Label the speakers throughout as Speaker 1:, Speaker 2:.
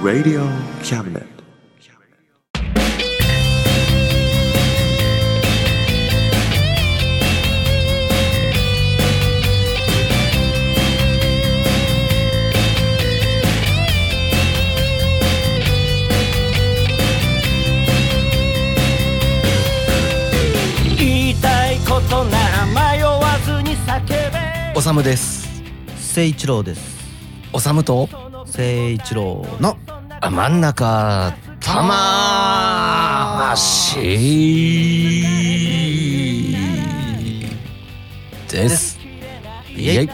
Speaker 1: Radio Cabinet.
Speaker 2: 言いたいことなら迷わずに叫べ
Speaker 3: おさむです
Speaker 4: 誠一郎です
Speaker 3: おさむと
Speaker 4: 誠一郎
Speaker 5: の
Speaker 3: あ真ん中たましですイ エイ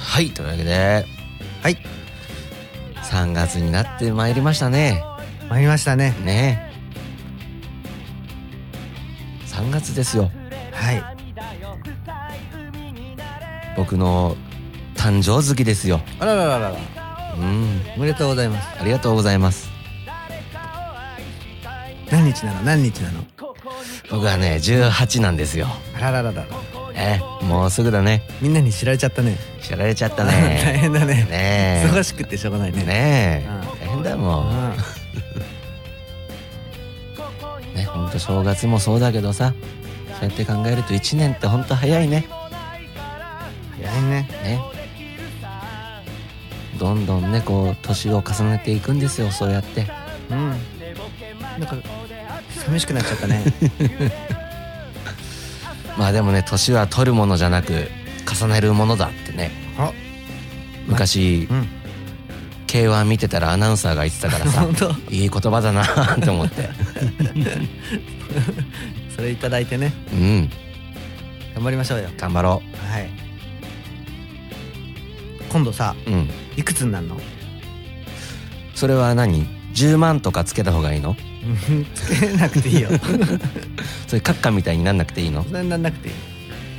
Speaker 3: はいというわけで
Speaker 5: はい
Speaker 3: 3月になってまいりましたね
Speaker 5: 参りましたね
Speaker 3: ねえ3月ですよ
Speaker 5: はい
Speaker 3: 僕の誕生月ですよ
Speaker 5: あららららら
Speaker 3: うん
Speaker 5: おめでとうございます
Speaker 3: ありがとうございます
Speaker 5: 何日なの何日なの
Speaker 3: 僕はね18なんですよ
Speaker 5: あららららら
Speaker 3: えもうすぐだね
Speaker 5: みんなに知られちゃったね
Speaker 3: 知られちゃった
Speaker 5: 大
Speaker 3: ね
Speaker 5: 変だね
Speaker 3: ねえ
Speaker 5: 忙しくてしょうがないね
Speaker 3: ねえ
Speaker 5: うん
Speaker 3: 大変だもん
Speaker 5: ああ
Speaker 3: ねほんと正月もそうだけどさそうやって考えると1年ってほんと早いね
Speaker 5: 早いね
Speaker 3: ねどんどんねこう年を重ねていくんですよそうやって
Speaker 5: うんなんか寂しくなっちゃったね
Speaker 3: まあでもね年は取るものじゃなく重ねるものだってね
Speaker 5: あ
Speaker 3: 昔
Speaker 5: うん
Speaker 3: k 1見てたらアナウンサーが言ってたからさ
Speaker 5: 本当
Speaker 3: いい言葉だなと思って
Speaker 5: それいただいてね
Speaker 3: うん
Speaker 5: 頑張りましょうよ
Speaker 3: 頑張ろ
Speaker 5: はい今度さ
Speaker 3: ううん
Speaker 5: いくつになるの
Speaker 3: それは何10万とかつけた方がいいの
Speaker 5: うんつけなくていいよ
Speaker 3: それ閣下みたいになんなくていいの
Speaker 5: そんなになんなくていい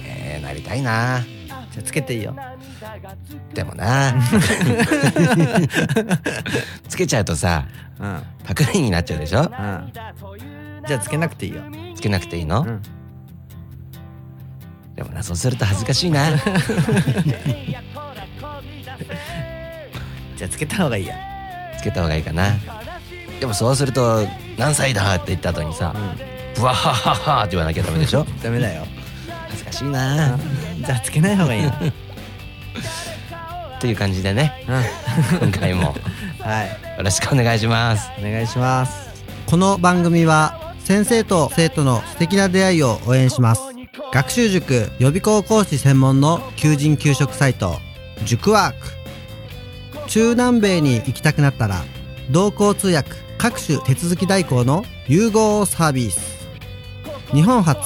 Speaker 3: えー、なりたいな
Speaker 5: じゃあつけていいよ
Speaker 3: でも なつけちゃうとさ
Speaker 5: うんうん
Speaker 3: パクリになっちゃうでしょ
Speaker 5: じゃあつけなくていいよ
Speaker 3: つけなくていいの、
Speaker 5: うん
Speaker 3: でもなそうすると恥ずかしいな
Speaker 5: じゃあつけた方がいいや
Speaker 3: つけた方がいいかなでもそうすると「何歳だ?」って言った後にさ「ブワハハハ」って言わなきゃダメでしょ
Speaker 5: ダメだよ
Speaker 3: 恥ずかしいな
Speaker 5: じゃあつけない方がいいよ
Speaker 3: っていう感じでね
Speaker 5: うん
Speaker 3: 今回も
Speaker 5: はい
Speaker 3: よろしくお願いします
Speaker 5: お願いします
Speaker 4: この番組は先生と生徒の素敵な出会いを応援します学習塾予備校講師専門の求人・給食サイト塾ワーク中南米に行きたくなったら同行通訳各種手続き代行の融合サービス日本初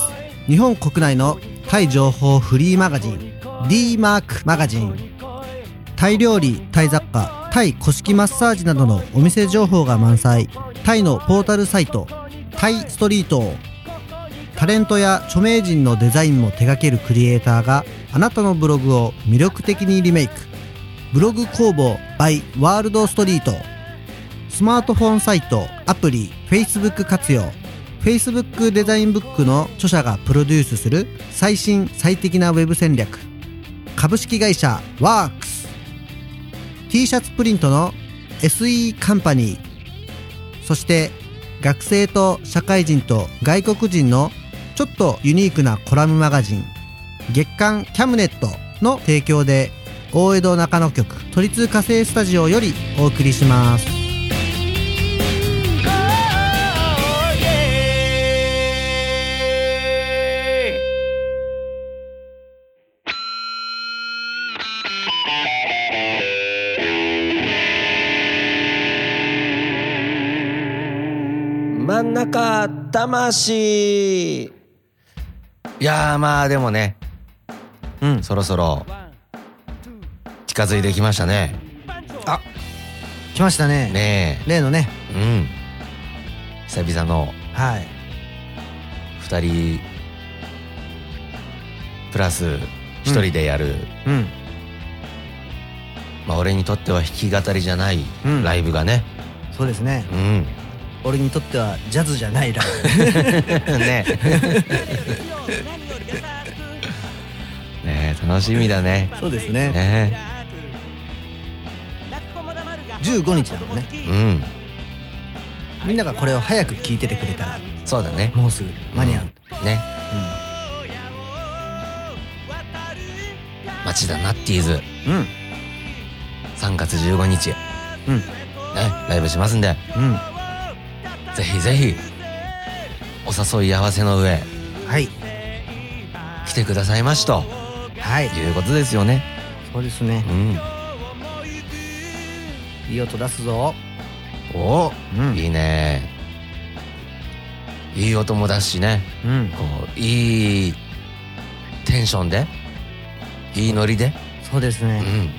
Speaker 4: 日本国内のタイ情報フリーマガジン d マークマガジンタイ料理タイ雑貨タイ古式マッサージなどのお店情報が満載タイのポータルサイトタイストリートタレントや著名人のデザインも手掛けるクリエイターがあなたのブログを魅力的にリメイクブログ工房 by ワールドストリートスマートフォンサイトアプリ Facebook 活用 Facebook デザインブックの著者がプロデュースする最新最適なウェブ戦略株式会社ワークス t シャツプリントの SE カンパニーそして学生と社会人と外国人のちょっとユニークなコラムマガジン月刊キャムネットの提供で大江戸中野局都立火星スタジオよりお送りします
Speaker 3: 真ん中魂いやーまあでもね
Speaker 5: うん
Speaker 3: そろそろ近づいてきましたね
Speaker 5: 来ましたね
Speaker 3: ね
Speaker 5: 例のね
Speaker 3: えうん久々の
Speaker 5: はい
Speaker 3: 2人プラス1人でやる、
Speaker 5: うん
Speaker 3: まあ俺にとっては弾き語りじゃない
Speaker 5: うん
Speaker 3: ライブがね
Speaker 5: そうですね
Speaker 3: うん、
Speaker 5: 俺にとってはジャズじゃないラ イ
Speaker 3: ねえねえ楽しみだね
Speaker 5: そうですね
Speaker 3: ね
Speaker 5: 15日なのね
Speaker 3: うん
Speaker 5: みんながこれを早く聞いててくれたら
Speaker 3: そうだね
Speaker 5: もうすぐ間に合う、
Speaker 3: ね町田ナッティーズ
Speaker 5: うん
Speaker 3: 3月15日ね
Speaker 5: うん
Speaker 3: ライブしますんで
Speaker 5: うん
Speaker 3: ぜひぜひお誘い合わせの上
Speaker 5: はい
Speaker 3: 来てくださいましと
Speaker 5: はい
Speaker 3: いうことですよね
Speaker 5: そうですね
Speaker 3: うん
Speaker 5: いい音出すぞ
Speaker 3: おお
Speaker 5: うん
Speaker 3: いいねいい音も出すしね
Speaker 5: うん
Speaker 3: こういいテンションでいいノリで
Speaker 5: そうです
Speaker 3: う
Speaker 5: ね、
Speaker 3: んや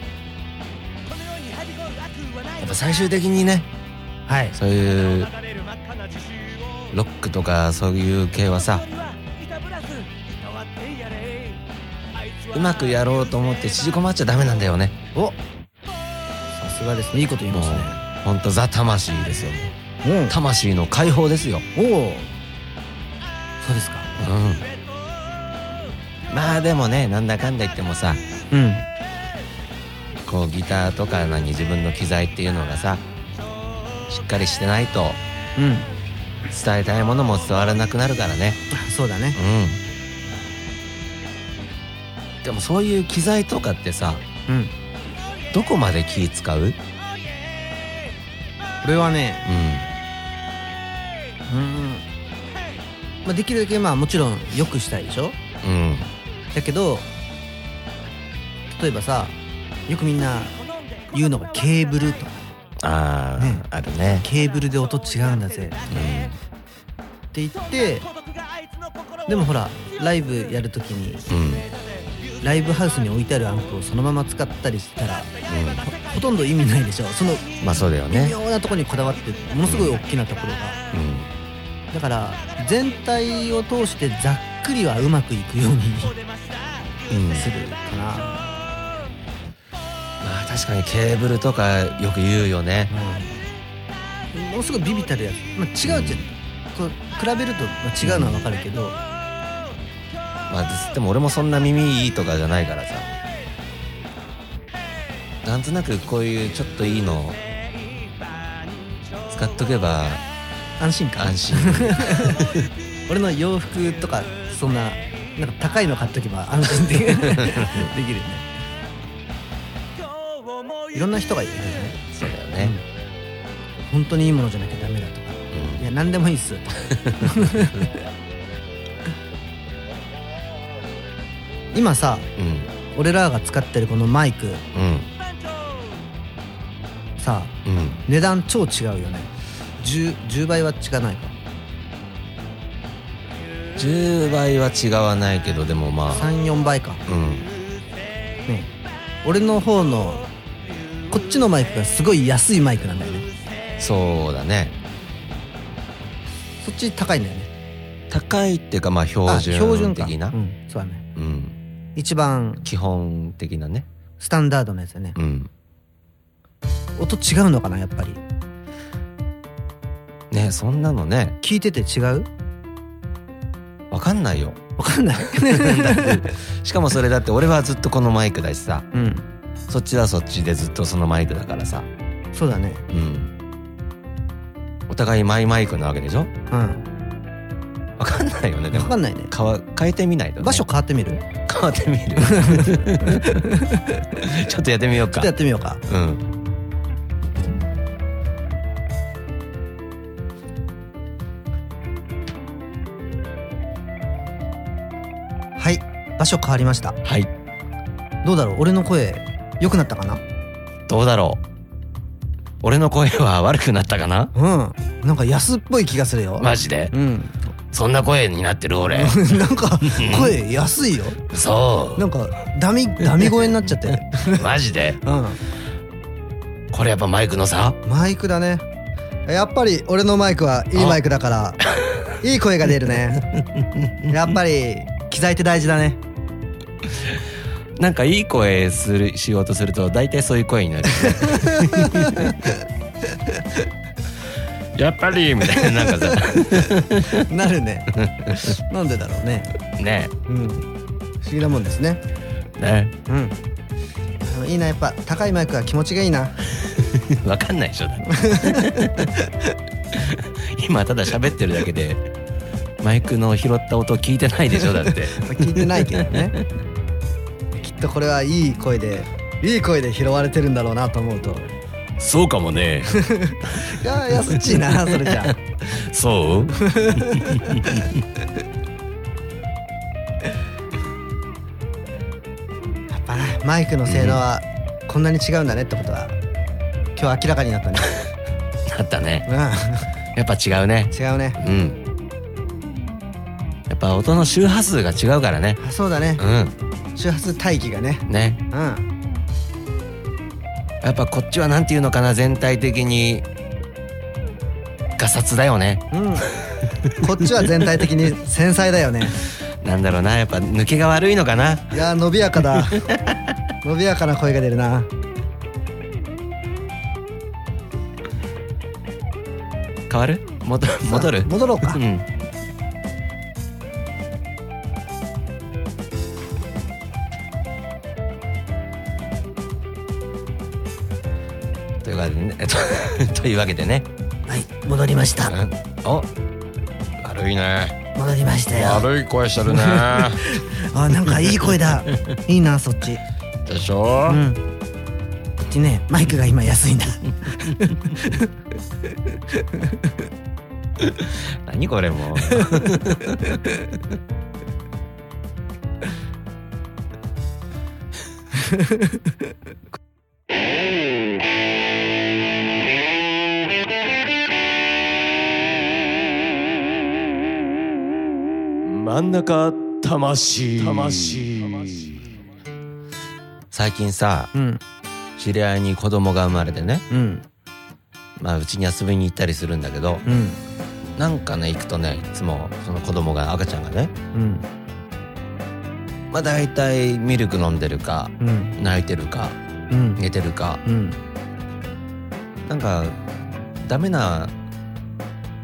Speaker 3: っぱ最終的にね
Speaker 5: はい
Speaker 3: そういうロックとかそういう系はさうまくやろうと思って縮こまっちゃダメなんだよね
Speaker 5: おさすがですねいいこと言い
Speaker 3: も
Speaker 5: ま
Speaker 3: う
Speaker 5: すね
Speaker 3: ほんとザ魂ですよね
Speaker 5: うん
Speaker 3: 魂の解放ですよ
Speaker 5: おおそうですか
Speaker 3: うんまあでもねなんだかんだ言ってもさ
Speaker 5: うん
Speaker 3: こうギターとか何自分の機材っていうのがさしっかりしてないと
Speaker 5: うん
Speaker 3: 伝えたいものも伝わらなくなるからね
Speaker 5: そうだね
Speaker 3: うんでもそういう機材とかってさ
Speaker 5: うん
Speaker 3: どこまで気使ううん
Speaker 5: これはねうん、まあ、できるだけまあもちろん良くしたいでしょ
Speaker 3: うん
Speaker 5: だけど例えばさよくみんな言うのがケーブルとか
Speaker 3: あー、
Speaker 5: ね
Speaker 3: あるね
Speaker 5: ケーブルで音違うんだぜって言ってでもほらライブやるときに
Speaker 3: うんうん
Speaker 5: ライブハウスに置いてあるアンプをそのまま使ったりしたらほほとんど意味ないでしょその
Speaker 3: まあそうだよ
Speaker 5: 微
Speaker 3: ね
Speaker 5: 妙なところにこだわってものすごい大きなところが
Speaker 3: うん
Speaker 5: だから全体を通してざっくりはうまくいくように
Speaker 3: うん
Speaker 5: するかな、
Speaker 3: まあ確かにケーブルとかよく言うよね
Speaker 5: うん、ものすごいビビたるやつ、まあ、違うじゃんこう比べるとまあ違うのはわかるけど
Speaker 3: まあでも俺もそんな耳いいとかじゃないからさなんとなくこういうちょっといいのを使っとけば
Speaker 5: 安心感
Speaker 3: 安心
Speaker 5: 俺の洋服とかそんななんか高いの買っとけば安心 でできるよねいろんな人がいるよね
Speaker 3: そうだよね、
Speaker 5: 本当にいいものじゃなきゃダメだとかいや何でもいい っす今さ
Speaker 3: うん
Speaker 5: 俺らが使ってるこのマイク
Speaker 3: うん
Speaker 5: さ
Speaker 3: うんうん
Speaker 5: 値段超違うよね 10, 10倍は違わないか
Speaker 3: 10倍は違わないけどでもまあ
Speaker 5: 34倍か
Speaker 3: うん
Speaker 5: ね俺の方のこっちのマイクがすごい安いマイクなんだよね
Speaker 3: そうだね
Speaker 5: そっち高いんだよね
Speaker 3: 高いっていうかまあ標
Speaker 5: あ
Speaker 3: 準
Speaker 5: か
Speaker 3: 的な
Speaker 5: うん、そうだね
Speaker 3: うん、
Speaker 5: 一番
Speaker 3: 基本的なね
Speaker 5: スタンダードのやつだよね
Speaker 3: うん
Speaker 5: 音違うのかなやっぱり
Speaker 3: ねそんなのね
Speaker 5: 聞いてて違う
Speaker 3: わかんない よ
Speaker 5: わかんない
Speaker 3: しかもそれだって俺はずっとこのマイクだしさ
Speaker 5: うん
Speaker 3: そっちはそっちでずっとそのマイクだからさ
Speaker 5: そうだね
Speaker 3: うんお互いマイマイクなわけでしょ
Speaker 5: うん
Speaker 3: わかんないよねで
Speaker 5: わ
Speaker 3: も
Speaker 5: かんないね
Speaker 3: かわ変えてみないと、ね、
Speaker 5: 場所変わってみるちょ
Speaker 3: 変わってみる ちょっとやってみよう
Speaker 5: っ
Speaker 3: か
Speaker 5: とやってみようか
Speaker 3: うん
Speaker 5: はい場所変わりました
Speaker 3: はい
Speaker 5: どうだろう俺の声良くなったかな
Speaker 3: どうだろう俺の声は悪くなったかな
Speaker 5: うんなんか安っぽい気がするよ
Speaker 3: マジで
Speaker 5: うん
Speaker 3: そんな声になってる 俺
Speaker 5: なんか声安いよ
Speaker 3: そ
Speaker 5: なんかダミダミ声になっちゃって
Speaker 3: うマジで
Speaker 5: う
Speaker 3: これやっぱマイクのさ
Speaker 5: んマイクだねやっぱり俺のマイクはいいマイクだからいい声が出るね やっぱり機材って大事だね
Speaker 3: なんかいい声するしようとすると大体そういう声になるよねやっぱりみたいななんかさ
Speaker 5: なるねなんでだろうね
Speaker 3: ね
Speaker 5: うん不思議なもんですね
Speaker 3: ね
Speaker 5: うんあのいいなやっぱ高いマイクは気持ちがいいな
Speaker 3: わかんないでしょだって 今ただ喋ってるだけでマイクの拾った音聞いてないでしょだって
Speaker 5: まあ聞いてないけどね きっとこれはいい声でいい声で拾われてるんだろうなと思うと
Speaker 3: そうかもね
Speaker 5: いやー安っちい なそれじゃあ
Speaker 3: そう
Speaker 5: やっぱなマイクの性能はこんなに違うんだねってことは今日明らかになった ね
Speaker 3: だったね
Speaker 5: う
Speaker 3: やっぱ違うね
Speaker 5: ん違うね
Speaker 3: うんやっぱ音の周波数が違うからね
Speaker 5: あそうだね
Speaker 3: う
Speaker 5: 周波数帯域がね
Speaker 3: んね
Speaker 5: うん
Speaker 3: やっぱこっちはなんていうのかな全体的にガサツだよね
Speaker 5: うんこっちは全体的に繊細だよ ね
Speaker 3: なんだろうなやっぱ抜けが悪いのかない
Speaker 5: やー伸びやかだ伸びやかな声が出るな
Speaker 3: 変わる戻戻る
Speaker 5: さあ戻ろうか
Speaker 3: うんというわけでね えっとというわけでね
Speaker 5: はい戻りました
Speaker 3: うんお悪いね
Speaker 5: 戻りましたよ
Speaker 3: 悪い声してるね
Speaker 5: あなんかいい声だいいなそっち
Speaker 3: でしょ
Speaker 5: うんこっちねマイクが今安いんだ
Speaker 3: 何これもう
Speaker 6: 真ん中魂魂
Speaker 3: 最近さ
Speaker 5: うん
Speaker 3: 知り合いに子供が生まれてね
Speaker 5: うん
Speaker 3: まあうちに遊びに行ったりするんだけど
Speaker 5: うん
Speaker 3: なんかね行くとねいつもその子供が赤ちゃんがね
Speaker 5: うん
Speaker 3: まあ大体ミルク飲んでるか
Speaker 5: うん
Speaker 3: 泣いてるか
Speaker 5: うん
Speaker 3: 寝てるか
Speaker 5: うん
Speaker 3: なんかダメな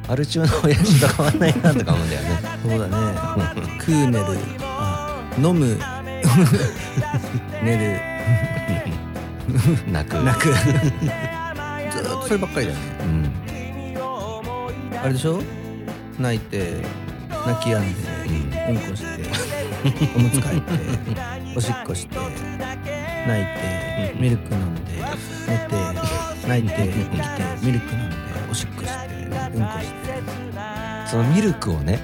Speaker 3: アル中の親父と変わんないなとか思うんだよね
Speaker 5: そうだねクーネル飲む寝る
Speaker 3: 泣く
Speaker 5: 泣くずーっとそればっかりだよね
Speaker 3: うん
Speaker 5: あれでしょ泣いて泣き止んでうんこしておむつ替えておしっこして泣いてミルク飲んで寝て泣いて起きてミルク飲んでおしっこしてうんこして
Speaker 3: そのミルクをね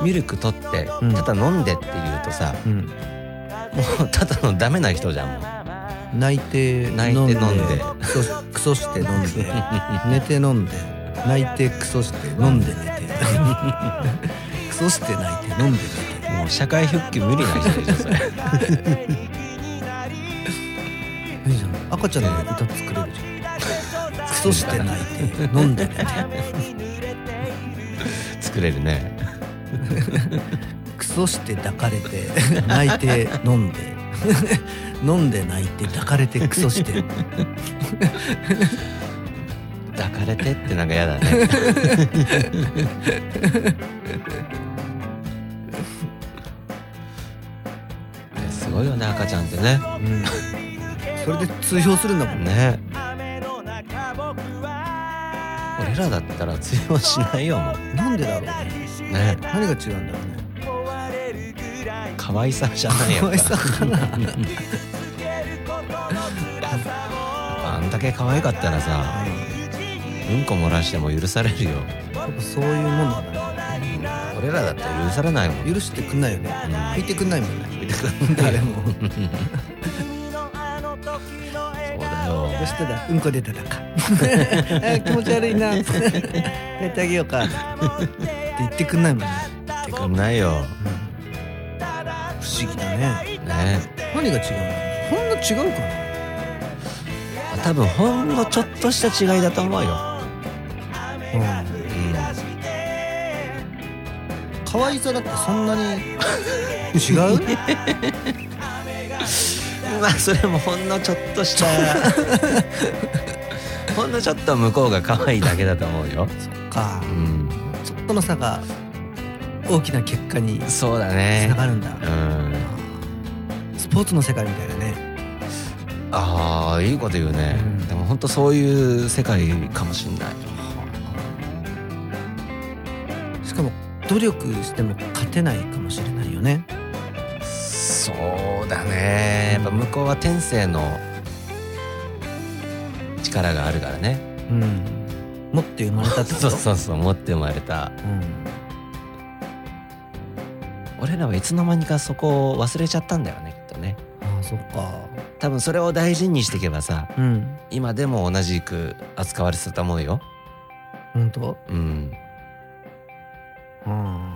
Speaker 5: うん
Speaker 3: ミルク取って
Speaker 5: うん
Speaker 3: ただ飲んでって言うとさ、もうただのダメな人じゃんもう
Speaker 5: うん泣いて
Speaker 3: 泣いて飲んで
Speaker 5: クソクソして飲んで 寝て飲んで泣いてクソして飲んで寝て クソして泣いて飲んで寝て
Speaker 3: もう社会復帰無理な人でしょそれ
Speaker 5: いいじゃん赤ちゃんの歌作れるじゃんクソして泣いて飲んで 寝て
Speaker 3: 作れるね
Speaker 5: クソして抱かれて泣いて飲んで 飲んで泣いて抱かれてクソして
Speaker 3: 抱かれてってなんか嫌だねあれすごいよね赤ちゃんってね
Speaker 5: うんそれで通用するんだもんね
Speaker 3: ね俺らだったら通用しないよもう
Speaker 5: なんでだろうね
Speaker 3: ね
Speaker 5: 何が違うんだろうね
Speaker 3: 可愛さじゃないよ
Speaker 5: 可愛さかな
Speaker 3: あんだけ可愛かったらさうんこ漏らしても許されるよ
Speaker 5: やっぱそういうもんなんだね
Speaker 3: 俺らだったら許されないもん
Speaker 5: 許してくんないよね
Speaker 3: うん
Speaker 5: 拭いてくんないもんね
Speaker 3: 見てくんだ
Speaker 5: 誰
Speaker 3: よ
Speaker 5: も
Speaker 3: そうだよ
Speaker 5: そしたらうんこ出ただ かあ気持ち悪いな やってあげようかって言ってくんないもんね
Speaker 3: 見てくんないよ
Speaker 5: 不思議だね
Speaker 3: ね
Speaker 5: 何が違うのほんの違うかな
Speaker 3: 多分ほんのちょっとした違いだと思うよ
Speaker 5: うん
Speaker 3: うん
Speaker 5: 可愛さだってそんなに 違う
Speaker 3: まあそれもほんのちょっとした ほんのちょっと向こうが可愛いだけだと思うよ
Speaker 5: か
Speaker 3: うん
Speaker 5: ちょっとの差が大きな結果に
Speaker 3: そうだ
Speaker 5: つ
Speaker 3: ね
Speaker 5: ながるんだ
Speaker 3: うん
Speaker 5: ポーツの世界みたいなね
Speaker 3: ああいいこと言うね、
Speaker 5: うん
Speaker 3: でも本当そういう世界かもしんない
Speaker 5: しかも努力しても勝てないかもしれないよね
Speaker 3: そうだねやっぱ向こうは天性の力があるからね
Speaker 5: うん持って生まれたってこと
Speaker 3: そうそうそう持って生まれた
Speaker 5: うん
Speaker 3: 俺らはいつの間にかそこを忘れちゃったんだよねきっとね
Speaker 5: ああそっか
Speaker 3: 多分それを大事にしていけばさ
Speaker 5: うん
Speaker 3: 今でも同じく扱われてたと思うよ
Speaker 5: 本当
Speaker 3: うん
Speaker 5: うん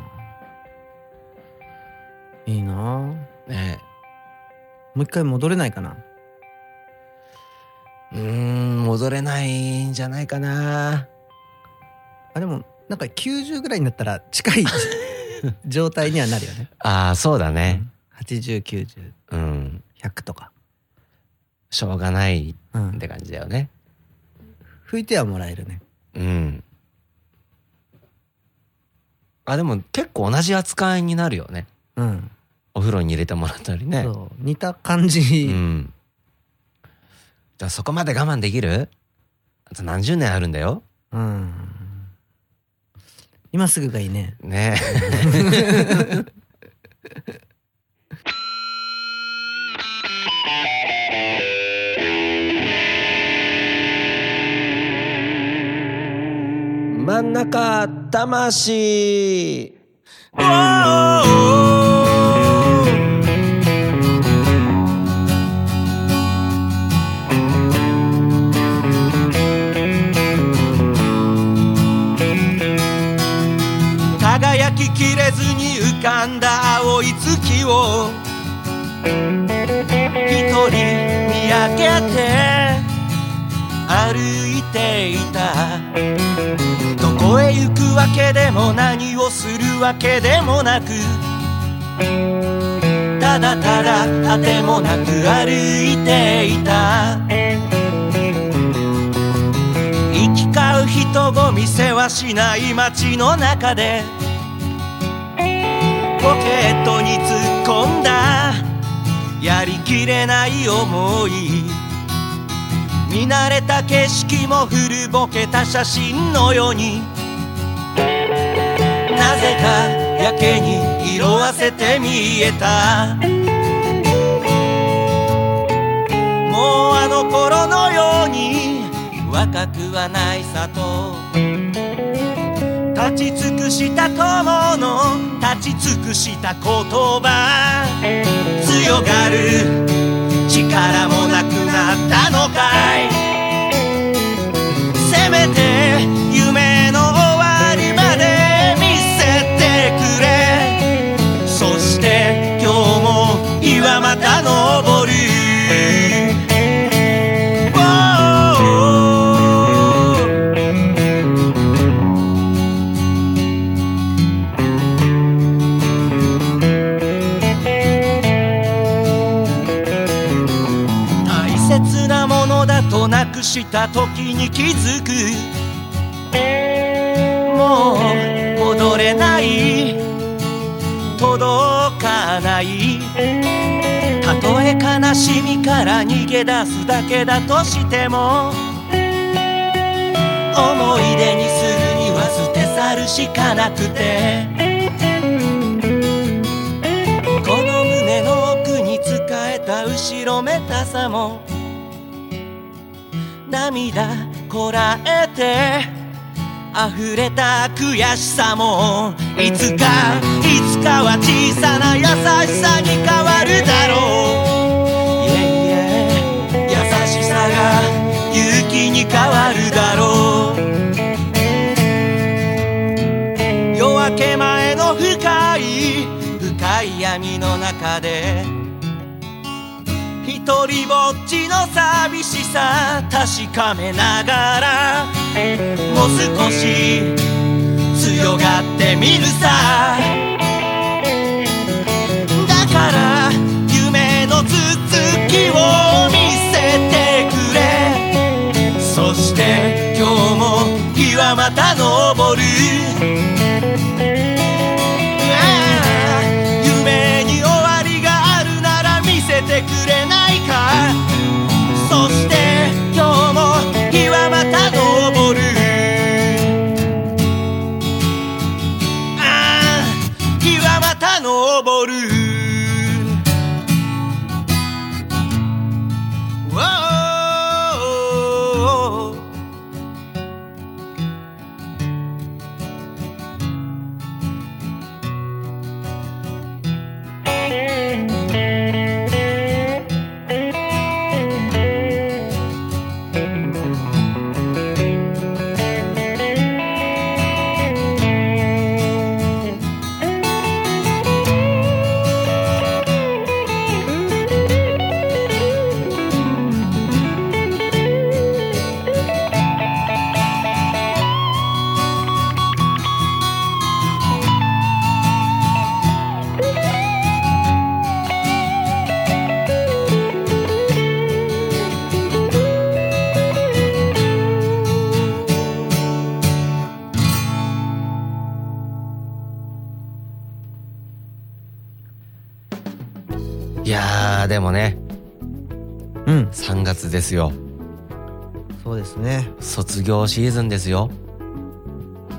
Speaker 5: いいなも
Speaker 3: ね
Speaker 5: う一回戻れないかな
Speaker 3: うーん戻れないんじゃないかな
Speaker 5: あでもなんか90ぐらいになったら 近い状態にはなるよね
Speaker 3: ああそうだね
Speaker 5: 809010
Speaker 3: うん、
Speaker 5: とか、
Speaker 3: しょうがない
Speaker 5: うん
Speaker 3: って感じだよね
Speaker 5: 拭いてはもらえるね
Speaker 3: うんあでも結構同じ扱いになるよね
Speaker 5: うん、
Speaker 3: お風呂に入れてもらったりね
Speaker 5: そう似た感じ、
Speaker 3: うんじゃあそこまで我慢できるあと何十年あるんだよ
Speaker 5: うん、今すぐがいいね
Speaker 3: ねえ真ん中魂
Speaker 2: 輝ききれずに浮かんだ青い月を一人見上げて歩いていたどこへ行くわけでも何をするわけでもなくただただあてもなく歩いていた行き交う人ごみせはしない街の中でポケットに突っ込んだやりきれない思い見慣れた景色も古ぼけた写真のようになぜかやけに色あせて見えたもうあの頃のように若くはないさと立ち尽くした友の立ち尽くした言葉強がる力もなくなったのかいせめて夢の終わりまで見せてくれそして今日も日はまた昇る大切なものだとなくした時に気づくもう戻れない届かないたとえ悲しみから逃げ出すだけだとしても思い出にするには捨て去るしかなくてこの胸の奥に仕えた後ろめたさも涙こらえて溢れた悔しさもいつかいつかは小さな優しさに変わるだろういえいえ優しさが勇気に変わるだろう夜明け前の深い深い闇の中で一人ぼっちの寂しさ確かめながらもう少し強がってみるさだから夢の続きを見せてくれそして今日も日はまた昇るああ夢に終わりがあるなら見せて遡る Wow
Speaker 3: いやーでもね
Speaker 5: うん
Speaker 3: 3月ですよ
Speaker 5: そうですね
Speaker 3: 卒業シーズンですよ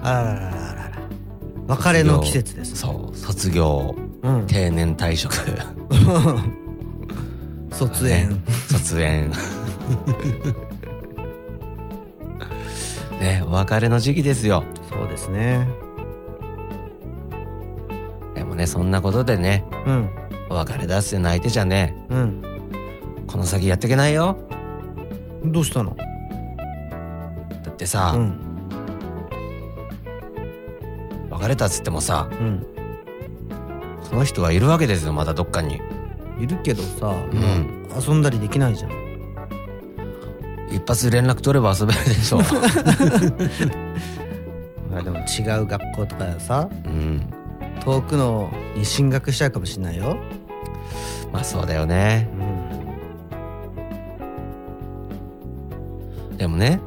Speaker 5: あらららららら別れの季節です
Speaker 3: そう卒業
Speaker 5: うん
Speaker 3: 定年退職
Speaker 5: 卒園
Speaker 3: 卒園ねお別れの時期ですよ
Speaker 5: そうですね
Speaker 3: でもねそんなことでね
Speaker 5: うん
Speaker 3: お別れだっすよ泣いてじゃね
Speaker 5: うん
Speaker 3: この先やっていけないよ
Speaker 5: どうしたの
Speaker 3: だってさ、
Speaker 5: うん
Speaker 3: 別れたっつってもさ
Speaker 5: うん
Speaker 3: その人はいるわけですよまだどっかに
Speaker 5: いるけどさ、
Speaker 3: ん
Speaker 5: 遊んだりできないじゃん
Speaker 3: 一発連絡取れば遊べるでしょ
Speaker 5: まあでも違う学校とかさ
Speaker 3: うん
Speaker 5: 遠くのに進学しちゃうかもしれないよ
Speaker 3: まあそうだよね
Speaker 5: うん
Speaker 3: でもね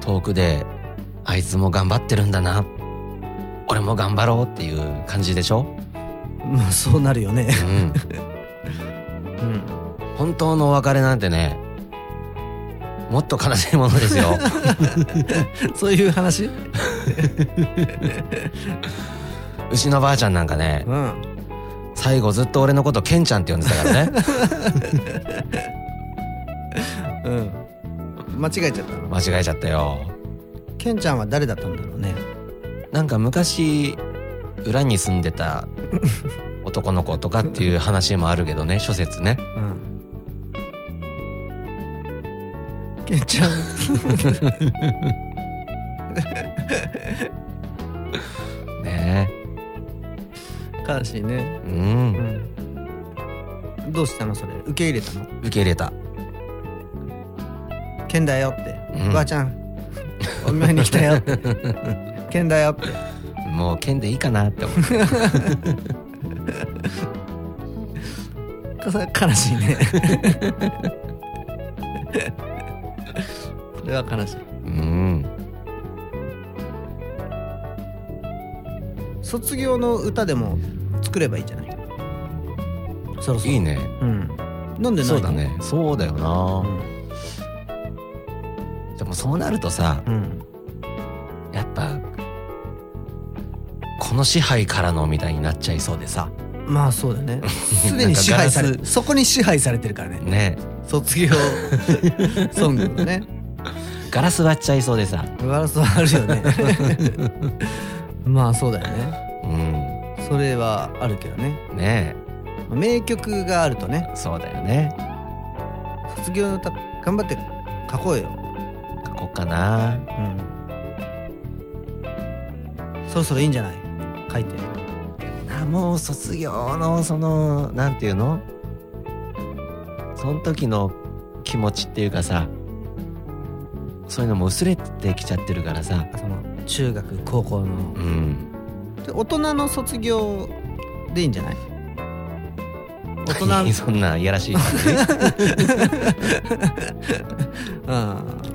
Speaker 3: 遠くであいつも頑張ってるんだな俺も頑張ろうっていう感じでしょ
Speaker 5: まあそうなるよね
Speaker 3: うん
Speaker 5: うん
Speaker 3: 本当のお別れなんてねもっと悲しいものです よ
Speaker 5: そういう話
Speaker 3: うちのばあちゃんなんかね
Speaker 5: うん
Speaker 3: 最後ずっと俺のことケンちゃんって呼んでたからね
Speaker 5: うん間違えちゃったの
Speaker 3: 間違えちゃったよ
Speaker 5: ケンちゃんは誰だったんだろうね
Speaker 3: なんか昔裏に住んでた男の子とかっていう話もあるけ どね諸説ね
Speaker 5: うんケンちゃん
Speaker 3: ね
Speaker 5: 悲しいね
Speaker 3: えうん
Speaker 5: うんどうしたのそれ受け入れたの
Speaker 3: 受け入れた
Speaker 5: ケンだよって、
Speaker 3: うん
Speaker 5: ばあちゃんお見舞いに来たよって ケンだよって
Speaker 3: もう剣でいいかなって思う
Speaker 5: かさ悲しい ねこれは悲しい
Speaker 3: うん
Speaker 5: 卒業の歌でも作ればいいじゃないそろそろ
Speaker 3: いいね
Speaker 5: うんなんでないの
Speaker 3: そうだねそうだよな、でもそうなるとさ
Speaker 5: うん
Speaker 3: やっぱこの支配からのみたいになっちゃいそうでさ
Speaker 5: まあそうだ ねすでに支配さ
Speaker 3: な
Speaker 5: れ
Speaker 3: ん
Speaker 5: そこに支配されてるからね
Speaker 3: ね
Speaker 5: 卒 業ソングのね
Speaker 3: ガラス割っちゃいそうでさ
Speaker 5: ガラスはあるよねまあそうだよね
Speaker 3: うん
Speaker 5: それはあるけどね
Speaker 3: ね
Speaker 5: 名曲があるとね
Speaker 3: えそうだよね
Speaker 5: 卒業の歌頑張って書こうよ
Speaker 3: 書こうかな
Speaker 5: うんそろそろいいんじゃない書いて
Speaker 3: あもう卒業のそのなんていうのその時の気持ちっていうかさそういうのも薄れてきちゃってるからさ
Speaker 5: その中学高校の
Speaker 3: うん
Speaker 5: で大人の卒業でいいんじゃない大 人
Speaker 3: そんないやらしいからね
Speaker 5: う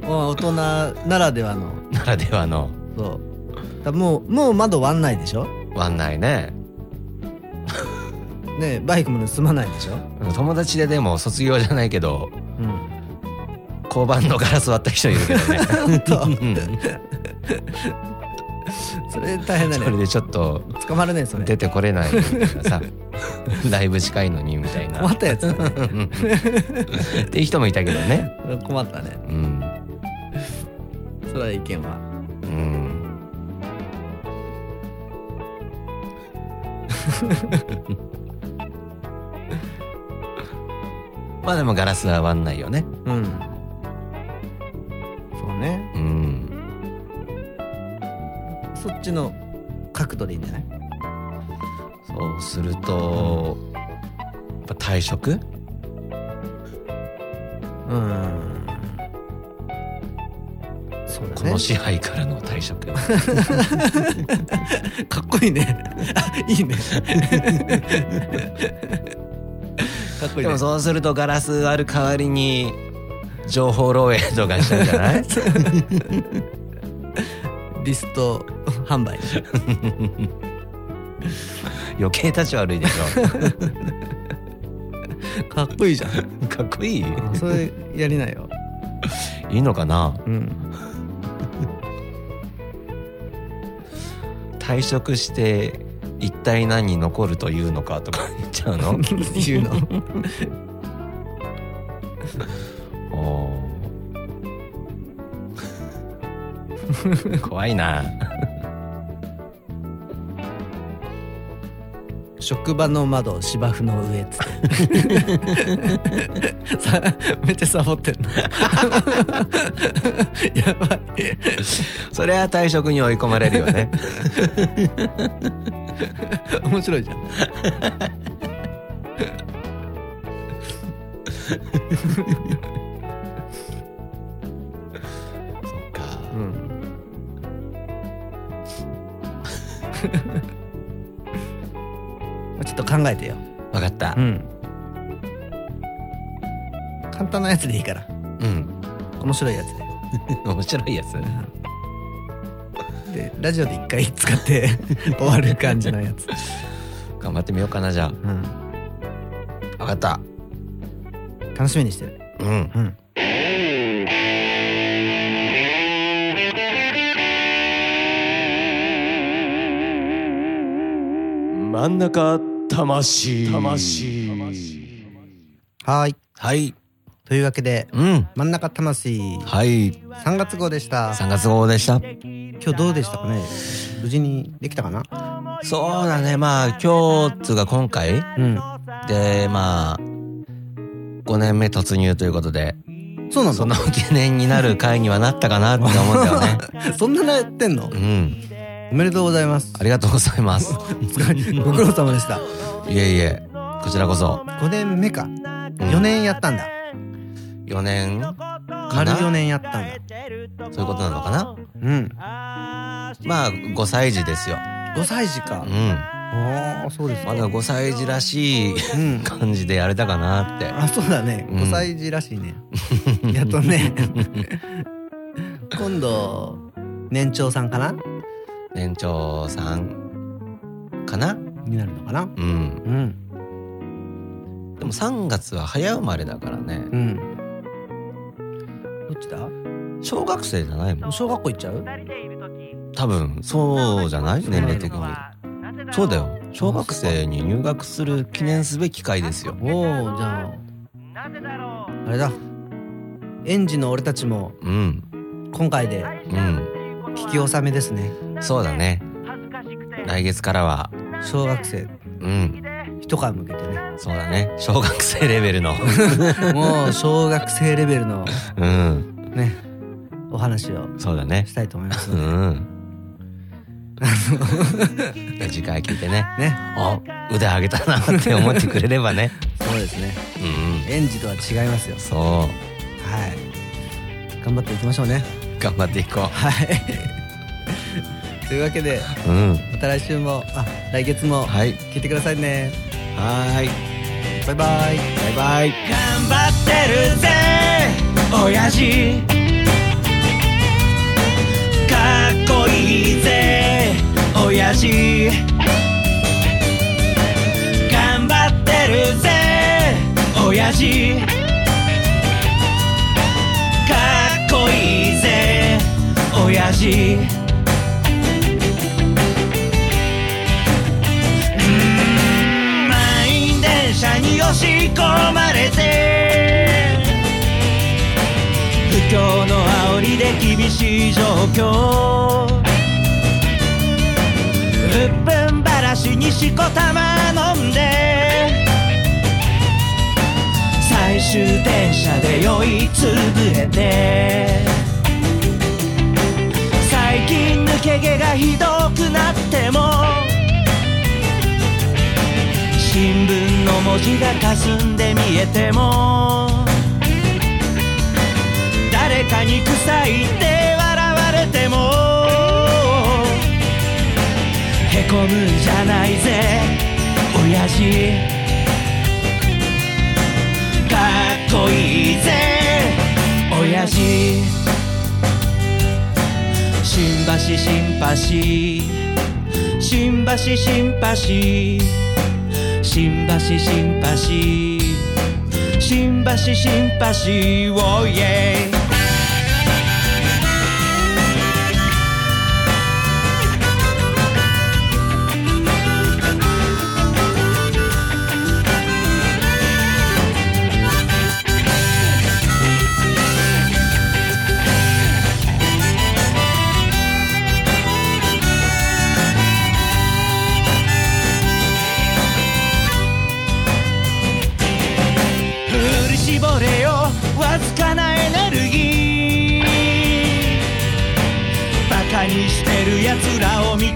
Speaker 5: ん大人ならではの
Speaker 3: ならではの
Speaker 5: そうだもうもう窓割んないでしょ
Speaker 3: ワンナイね
Speaker 5: ねバイクも盗まないでしょ
Speaker 3: 友達ででも卒業じゃないけど
Speaker 5: うん
Speaker 3: 交番のガラス割った人いるけどね
Speaker 5: 本当
Speaker 3: うん
Speaker 5: それ大変だ
Speaker 3: それ
Speaker 5: ね
Speaker 3: でちょっと
Speaker 5: 捕まるねそれ
Speaker 3: 出てこれないみたいな さライブ近いのにみたいな
Speaker 5: 困ったやつだね
Speaker 3: っていう人もいたけどね
Speaker 5: 困ったね
Speaker 3: うん
Speaker 5: それは意見は
Speaker 3: うん まあでもガラスは割んないよね
Speaker 5: うんそうね
Speaker 3: うん
Speaker 5: そっちの角度でいいんじゃない
Speaker 3: そうするとやっぱ退職
Speaker 5: うんそうだ
Speaker 3: こ
Speaker 5: ね
Speaker 3: の支配からの退 職
Speaker 5: かっこい いねいいねかっこい
Speaker 3: で
Speaker 5: いね
Speaker 3: もそうするとガラス割る代わりに情報漏洩とかしたんじゃない
Speaker 5: リスト販売
Speaker 3: 余計立ち悪いでし
Speaker 5: かっこいいじゃん
Speaker 3: ょかっこいい
Speaker 5: それやりなよ
Speaker 3: いいのかな
Speaker 5: うん
Speaker 3: 退職して一体何に残るというのかとか言っちゃうの
Speaker 5: 言うの
Speaker 3: おー怖いな
Speaker 5: 職場の窓芝生の上っつって さめっちゃサボってんのやばい
Speaker 3: それは退職に追い込まれるよね
Speaker 5: 面白いじゃん
Speaker 3: そっか
Speaker 5: うんちょっと考えてよ
Speaker 3: 分かった
Speaker 5: うん簡単なやつでいいから
Speaker 3: うん、
Speaker 5: 面白いやつ
Speaker 3: 面白いやつ
Speaker 5: ででラジオで一回使って 終わる感じのやつ
Speaker 3: 頑張ってみようかなじゃ
Speaker 5: うん
Speaker 3: あ分かった
Speaker 5: 楽しみにしてる
Speaker 3: うん
Speaker 5: うん
Speaker 6: 真ん中魂魂
Speaker 5: はーい
Speaker 3: はい
Speaker 5: というわけで
Speaker 3: うん
Speaker 5: 真ん中魂
Speaker 3: はい
Speaker 5: 3月号でした
Speaker 3: 3月号でした
Speaker 5: 今日どうでしたかね無事にできたかな
Speaker 3: そうだねまあ今日っつうか今回
Speaker 5: うん
Speaker 3: でまあ5年目突入ということで
Speaker 5: そうなの
Speaker 3: その記念になる回にはなったかなって思うんだ よね。
Speaker 5: そんなのやってんの
Speaker 3: うん、
Speaker 5: おめでとうございます
Speaker 3: ありがとうございます。
Speaker 5: ご苦労様でした
Speaker 3: いえいえ、こちらこそ。
Speaker 5: 5年目か
Speaker 3: うん
Speaker 5: 4年やったんだ
Speaker 3: 4年か
Speaker 5: 丸
Speaker 3: な
Speaker 5: 4年やったんだ
Speaker 3: そういうことなのかな
Speaker 5: うん
Speaker 3: まあ、5歳児ですよ。
Speaker 5: 5歳児か
Speaker 3: うん。
Speaker 5: ああそうです
Speaker 3: まだ5歳児らしい
Speaker 5: うん
Speaker 3: 感じでやれたかなって。
Speaker 5: あそうだね
Speaker 3: うん
Speaker 5: 5歳児らしいねやっとね今度年長さんかな
Speaker 3: 年長さんかな
Speaker 5: になるのかな
Speaker 3: うん。
Speaker 5: うん
Speaker 3: でも3月は早生まれだからね。
Speaker 5: うんどっちだ
Speaker 3: 小学生じゃないも
Speaker 5: も
Speaker 3: ん
Speaker 5: う。小学校行っちゃう
Speaker 3: 多分、そうじゃない年齢的に。そうだよ。小学生に入学する記念すべき回ですよ。
Speaker 5: おおじゃああれだ園児の俺たちも
Speaker 3: うん。
Speaker 5: 今回で
Speaker 3: うん。
Speaker 5: 聞き納めですね
Speaker 3: そうだね。来月からは、
Speaker 5: 小学生
Speaker 3: うん。
Speaker 5: 一皮向けてね
Speaker 3: そうだね。小学生レベルの。
Speaker 5: もう小学生レベルの
Speaker 3: うん。
Speaker 5: ねお話を
Speaker 3: そうだね
Speaker 5: し。たいと思います
Speaker 3: う
Speaker 5: ので
Speaker 3: ん。で次回聞いてね。
Speaker 5: ね
Speaker 3: あ、腕上げたなって思ってくれれば ね。
Speaker 5: そうですね
Speaker 3: うん。
Speaker 5: 園児とは違いますよ
Speaker 3: そう。
Speaker 5: はい頑張っていきましょうね
Speaker 3: 頑張っていこ
Speaker 5: はいというわ けで
Speaker 3: う。うん。
Speaker 5: また来週もあ来月も
Speaker 3: はい。
Speaker 5: 聞いてくださいね
Speaker 3: はーい。
Speaker 5: バイバイ
Speaker 3: バイバイ。
Speaker 2: 頑張ってるぜ親父かっこいいぜ親父頑張ってるぜ親父かっこいいぜ親父し込まれて不況の煽りで厳しい状況うっぷんばらしにしこたま飲んで最終電車で酔いつぶれて最近抜け毛がひどくなっても新聞の文字が霞んで見えても誰かに臭いって笑われてもへこむんじゃないぜ親父かっこいいぜ親父新橋新橋新橋新橋新橋新橋新橋新橋をイエイ振り絞れよわずかなエネルギーバカにしてるやつらを見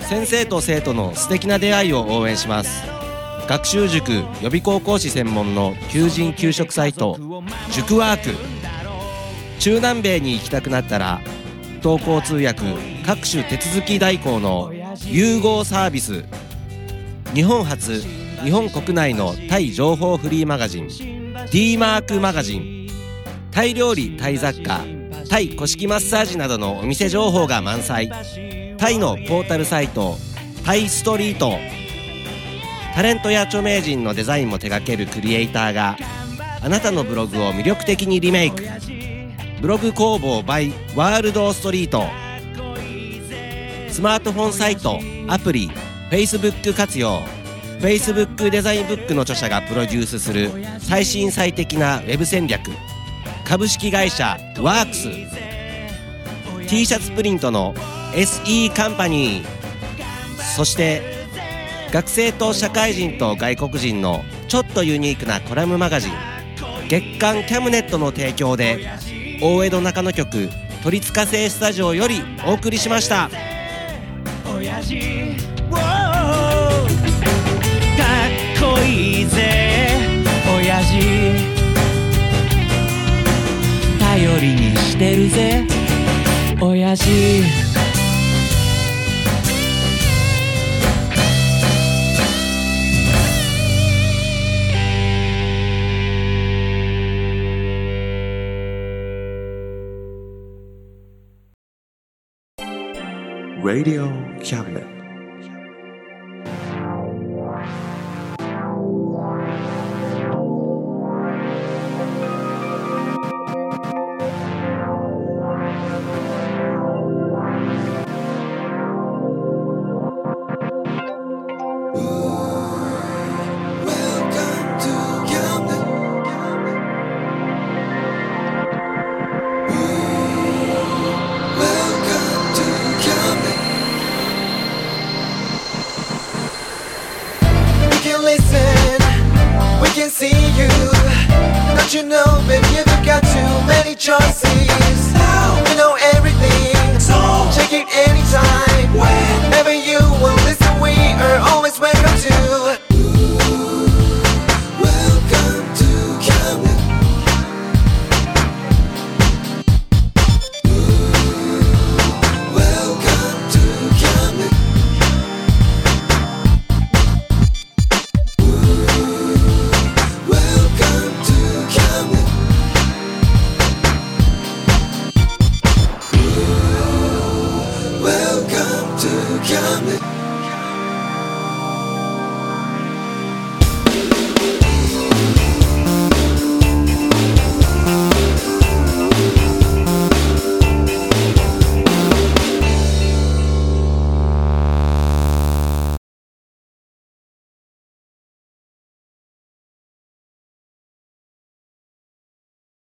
Speaker 3: 先生と生徒の素敵な出会いを応援します学習塾予備高校師専門の求人・求職サイト塾ワーク中南米に行きたくなったら同行通訳各種手続き代行の融合サービス日本初日本国内のタイ情報フリーマガジン d マークマガジンタイ料理タイ雑貨タイ古式マッサージなどのお店情報が満載タイのポータルサイトタイストリートタレントや著名人のデザインも手掛けるクリエイターがあなたのブログを魅力的にリメイクブログ工房 by ワールドストリートスマートフォンサイトアプリ Facebook 活用 Facebook デザインブックの著者がプロデュースする最新最適なウェブ戦略株式会社ワークス t シャツプリントの SE カンパニーそして学生と社会人と外国人のちょっとユニークなコラムマガジン月刊キャムネットの提供で大江戸中野局鳥塚製スタジオよりお送りしました
Speaker 2: 親父 Wow かっこいいぜ親父頼りにしてるぜ親父
Speaker 7: together